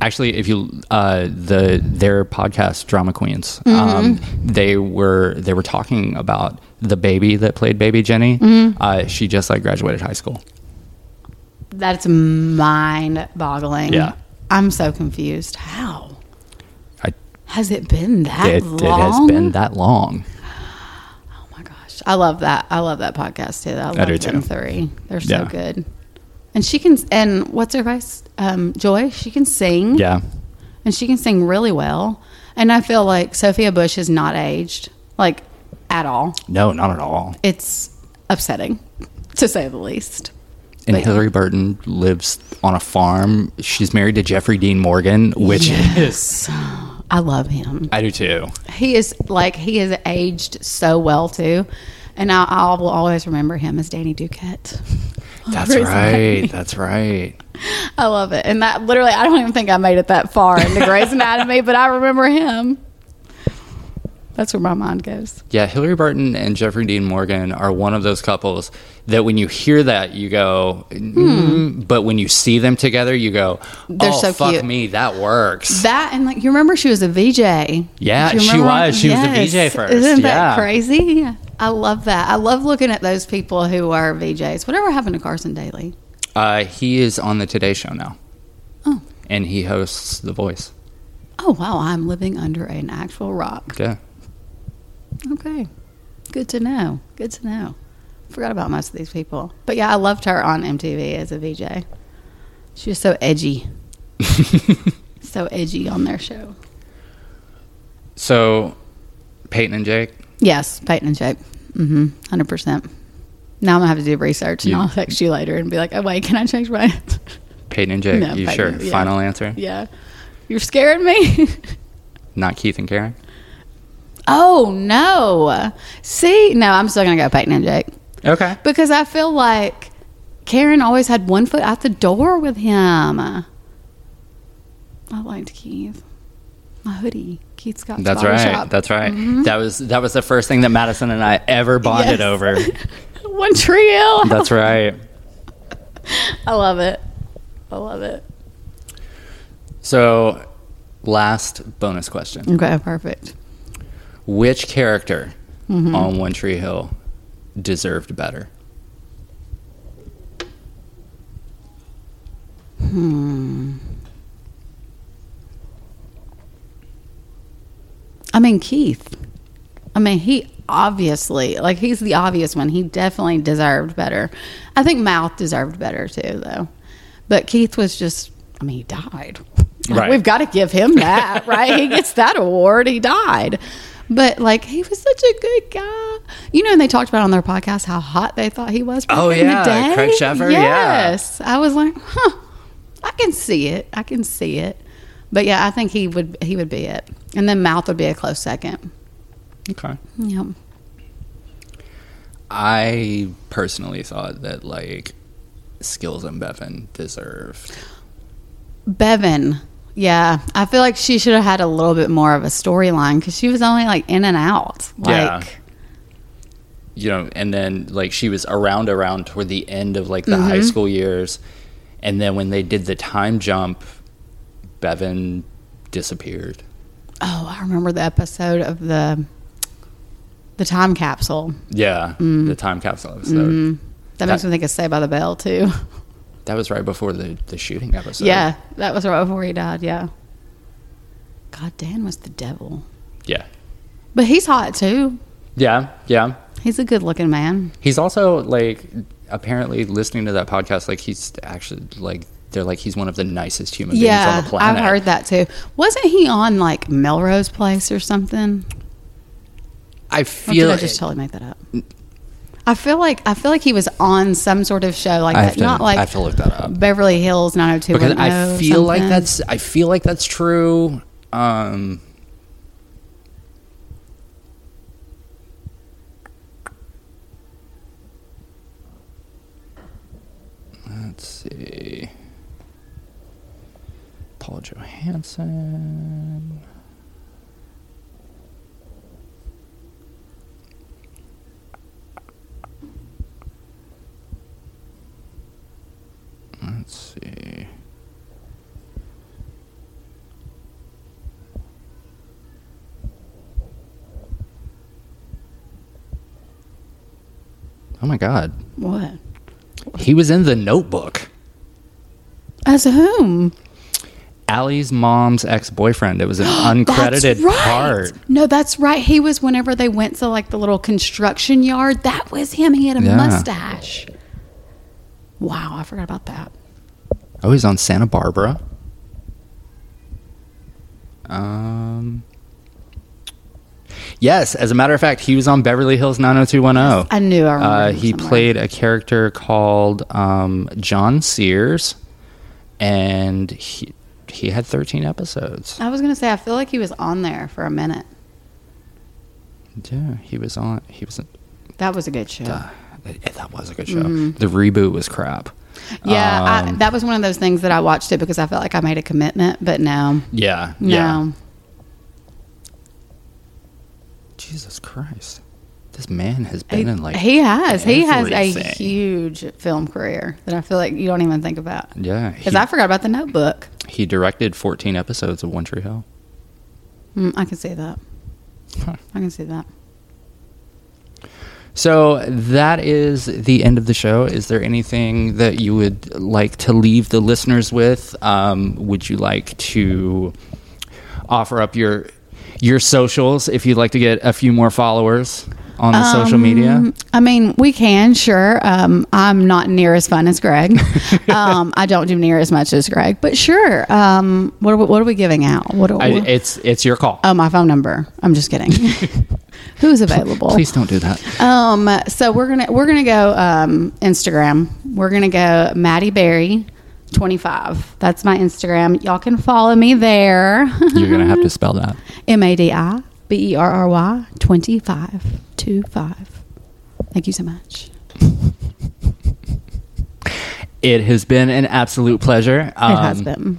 [SPEAKER 2] actually, if you uh, the their podcast Drama Queens, um,
[SPEAKER 3] Mm-hmm.
[SPEAKER 2] they were they were talking about the baby that played baby Jenny.
[SPEAKER 3] Mm-hmm.
[SPEAKER 2] Uh, she just like graduated high school.
[SPEAKER 3] that's mind boggling
[SPEAKER 2] Yeah.
[SPEAKER 3] i'm so confused how
[SPEAKER 2] I,
[SPEAKER 3] has it been that
[SPEAKER 2] it,
[SPEAKER 3] long
[SPEAKER 2] it has been that long.
[SPEAKER 3] Oh my gosh, I love that. I love that podcast too. I love
[SPEAKER 2] do,
[SPEAKER 3] them
[SPEAKER 2] too.
[SPEAKER 3] three. They're so
[SPEAKER 2] Yeah.
[SPEAKER 3] good. And she can. And what's her face? Um, Joy. She can sing.
[SPEAKER 2] Yeah,
[SPEAKER 3] And she can sing really well. And I feel like Sophia Bush is not aged like at all.
[SPEAKER 2] no, not at all.
[SPEAKER 3] It's upsetting, to say the least.
[SPEAKER 2] And
[SPEAKER 3] But-
[SPEAKER 2] Hillary Burton lives on a farm. She's married to Jeffrey Dean Morgan, which is
[SPEAKER 3] I love him.
[SPEAKER 2] I do too.
[SPEAKER 3] He is like he has aged so well too. And I, I will always remember him as Danny Duquette.
[SPEAKER 2] That's
[SPEAKER 3] Always.
[SPEAKER 2] right. That's right.
[SPEAKER 3] I love it. And that literally, I don't even think I made it that far into Grey's Anatomy, but I remember him. That's where my mind goes.
[SPEAKER 2] Yeah, Hillary Burton and Jeffrey Dean Morgan are one of those couples that when you hear that you go, mm, but when you see them together you go,
[SPEAKER 3] Hmm. They're
[SPEAKER 2] oh
[SPEAKER 3] so
[SPEAKER 2] fuck
[SPEAKER 3] cute.
[SPEAKER 2] me, that works.
[SPEAKER 3] That and like you remember she was a VJ.
[SPEAKER 2] Yeah,
[SPEAKER 3] Do you
[SPEAKER 2] she
[SPEAKER 3] remember?
[SPEAKER 2] was. She was a VJ first.
[SPEAKER 3] Isn't
[SPEAKER 2] Yeah.
[SPEAKER 3] that crazy? I love that. I love looking at those people who are VJs. Whatever happened to Carson Daly?
[SPEAKER 2] Uh, he is on the Today Show now,
[SPEAKER 3] Oh,
[SPEAKER 2] and he hosts The Voice.
[SPEAKER 3] oh wow! I'm living under an actual rock.
[SPEAKER 2] Yeah,
[SPEAKER 3] Okay, good to know. Good to know. Forgot about most of these people, but yeah, I loved her on MTV as a VJ. She was so edgy. so edgy on their show.
[SPEAKER 2] so Peyton and Jake.
[SPEAKER 3] Yes, Peyton and Jake. Mm-hmm. Hundred percent. Now I'm gonna have to do research, and
[SPEAKER 2] You-
[SPEAKER 3] I'll text you later and be like, "Oh wait, can I change my answer?"
[SPEAKER 2] Peyton and Jake.
[SPEAKER 3] No,
[SPEAKER 2] you
[SPEAKER 3] Peyton,
[SPEAKER 2] sure?
[SPEAKER 3] yeah.
[SPEAKER 2] Final answer.
[SPEAKER 3] yeah, you're scaring me.
[SPEAKER 2] Not Keith and Karen.
[SPEAKER 3] oh no! See, no, I'm still gonna go Peyton and Jake
[SPEAKER 2] Okay.
[SPEAKER 3] because I feel like Karen always had one foot out the door with him. I liked Keith. My hoodie, Keith Scott's
[SPEAKER 2] That's
[SPEAKER 3] Barber
[SPEAKER 2] right.
[SPEAKER 3] Shop.
[SPEAKER 2] That's right. That was that was the first thing that Madison and I ever bonded
[SPEAKER 3] Mm-hmm. Yes.
[SPEAKER 2] over.
[SPEAKER 3] one tree hill.
[SPEAKER 2] That's right.
[SPEAKER 3] I love it. I love it.
[SPEAKER 2] So, last bonus question.
[SPEAKER 3] Okay, perfect.
[SPEAKER 2] Which character
[SPEAKER 3] Mm-hmm.
[SPEAKER 2] on One Tree Hill deserved better?
[SPEAKER 3] Hmm. I mean, Keith. I mean, he obviously, like, he's the obvious one. He definitely deserved better. I think Mouth deserved better, too, though. But Keith was just, I mean, he died. Like,
[SPEAKER 2] Right.
[SPEAKER 3] We've got to give him that, right? he gets that award. He died. But, like, he was such a good guy. You know, and they talked about on their podcast how hot they thought he was. back
[SPEAKER 2] Oh,
[SPEAKER 3] in the
[SPEAKER 2] yeah,
[SPEAKER 3] day.
[SPEAKER 2] Craig Sheffer, yeah.
[SPEAKER 3] Yes. I was like, huh, I can see it. I can see it. But yeah, I think he would he would be it. And then mouth would be a close second.
[SPEAKER 2] Okay.
[SPEAKER 3] Yep.
[SPEAKER 2] I personally thought that like Skills and Bevan deserved.
[SPEAKER 3] Bevan. Yeah. I feel like she should have had a little bit more of a storyline because she was only like in and out. Like
[SPEAKER 2] Yeah. you know, and then like she was around around toward the end of like the high
[SPEAKER 3] Mm-hmm.
[SPEAKER 2] school years, and then when they did the time jump, Bevan disappeared.
[SPEAKER 3] Oh, I remember the episode of the the time capsule.
[SPEAKER 2] Yeah,
[SPEAKER 3] Mm.
[SPEAKER 2] the time capsule episode.
[SPEAKER 3] Mm-hmm. That makes me think of Say by the Bell too.
[SPEAKER 2] That was right before the the shooting episode.
[SPEAKER 3] Yeah, that was right before he died. Yeah. God, Dan was the devil,
[SPEAKER 2] yeah,
[SPEAKER 3] but he's hot too.
[SPEAKER 2] yeah, yeah.
[SPEAKER 3] He's a good-looking man.
[SPEAKER 2] He's also like apparently listening to that podcast. Like he's actually like they're like he's one of the nicest human beings
[SPEAKER 3] Yeah,
[SPEAKER 2] on the
[SPEAKER 3] I've
[SPEAKER 2] planet.
[SPEAKER 3] heard that too. Wasn't he on like Melrose Place or something?
[SPEAKER 2] I
[SPEAKER 3] Or did
[SPEAKER 2] feel
[SPEAKER 3] I just totally make that up? I feel like I feel like he was on some sort of show like
[SPEAKER 2] I
[SPEAKER 3] that,
[SPEAKER 2] have to-
[SPEAKER 3] not like
[SPEAKER 2] I have to look that up.
[SPEAKER 3] Beverly Hills 90210.
[SPEAKER 2] because I feel like
[SPEAKER 3] something.
[SPEAKER 2] that's I feel like that's true. Um, let's see, Paul Johansson. Let's see. Oh my god.
[SPEAKER 3] what
[SPEAKER 2] He was in the notebook.
[SPEAKER 3] as whom
[SPEAKER 2] Allie's mom's ex boyfriend. It was an uncredited
[SPEAKER 3] That's right.
[SPEAKER 2] part.
[SPEAKER 3] No, that's right. He was whenever they went to like the little construction yard. That was him. He had a
[SPEAKER 2] Yeah.
[SPEAKER 3] mustache. Wow, I forgot about that.
[SPEAKER 2] Oh, he's on Santa Barbara. Um Yes, as a matter of fact, he was on Beverly Hills 90210.
[SPEAKER 3] I knew. I remember.
[SPEAKER 2] Uh,
[SPEAKER 3] him
[SPEAKER 2] he
[SPEAKER 3] somewhere.
[SPEAKER 2] played a character called um, John Sears, and he he had 13 episodes.
[SPEAKER 3] I was gonna say. I feel like he was on there for a minute.
[SPEAKER 2] Yeah, he was on. He was.
[SPEAKER 3] That was a good show.
[SPEAKER 2] Uh, that that was a good show. The reboot was crap.
[SPEAKER 3] Mm-hmm. Yeah, I,
[SPEAKER 2] Um,
[SPEAKER 3] that was one of those things that I watched it because I felt like I made a commitment, but no,
[SPEAKER 2] yeah.
[SPEAKER 3] no.
[SPEAKER 2] Yeah. Jesus Christ, this man has been in like
[SPEAKER 3] he has, he has a
[SPEAKER 2] everything.
[SPEAKER 3] huge film career that I feel like you don't even think about.
[SPEAKER 2] Yeah, he,
[SPEAKER 3] Because I forgot about the Notebook.
[SPEAKER 2] he directed 14 episodes of One Tree Hill.
[SPEAKER 3] Mm, I can see that.
[SPEAKER 2] Huh.
[SPEAKER 3] I can see that.
[SPEAKER 2] So that is the end of the show. Is there anything that you would like to leave the listeners with? Um, would you like to offer up your your socials if you'd like to get a few more followers on the
[SPEAKER 3] Um,
[SPEAKER 2] social media?
[SPEAKER 3] I mean, we can, sure. Um, I'm not near as fun as Greg. um, I don't do near as much as Greg, but sure. Um, what, are we, what are we giving out? What are,
[SPEAKER 2] I, it's it's your call.
[SPEAKER 3] oh, my phone number. I'm just kidding. Who's available?
[SPEAKER 2] Please don't do that.
[SPEAKER 3] Um, so we're gonna we're gonna go um, Instagram. We're gonna go Maddie Berry. 25. That's my Instagram. Y'all can follow me there.
[SPEAKER 2] You're gonna have to spell that.
[SPEAKER 3] M A D I B E R R Y 25 25. Thank you so much.
[SPEAKER 2] It has been an absolute pleasure.
[SPEAKER 3] It
[SPEAKER 2] Um,
[SPEAKER 3] has been.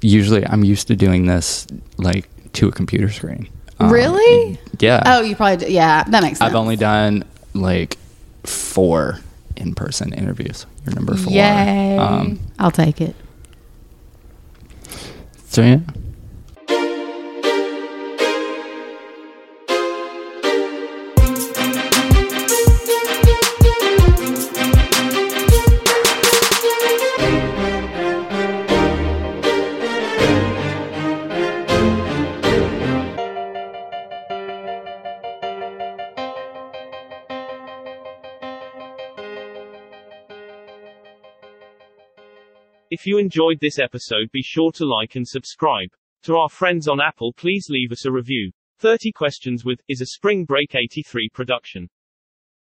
[SPEAKER 2] Usually, I'm used to doing this like to a computer screen. Um,
[SPEAKER 3] Really?
[SPEAKER 2] Yeah.
[SPEAKER 3] Oh, you probably did. Yeah, that makes sense.
[SPEAKER 2] uh, I've only done like four in person interviews. You're number four.
[SPEAKER 3] Yay.
[SPEAKER 2] Um,
[SPEAKER 3] I'll take it.
[SPEAKER 2] so yeah.
[SPEAKER 4] If you enjoyed this episode, be sure to like and subscribe. To our friends on Apple, please leave us a review. 30 Questions with is a Spring Break 83 production.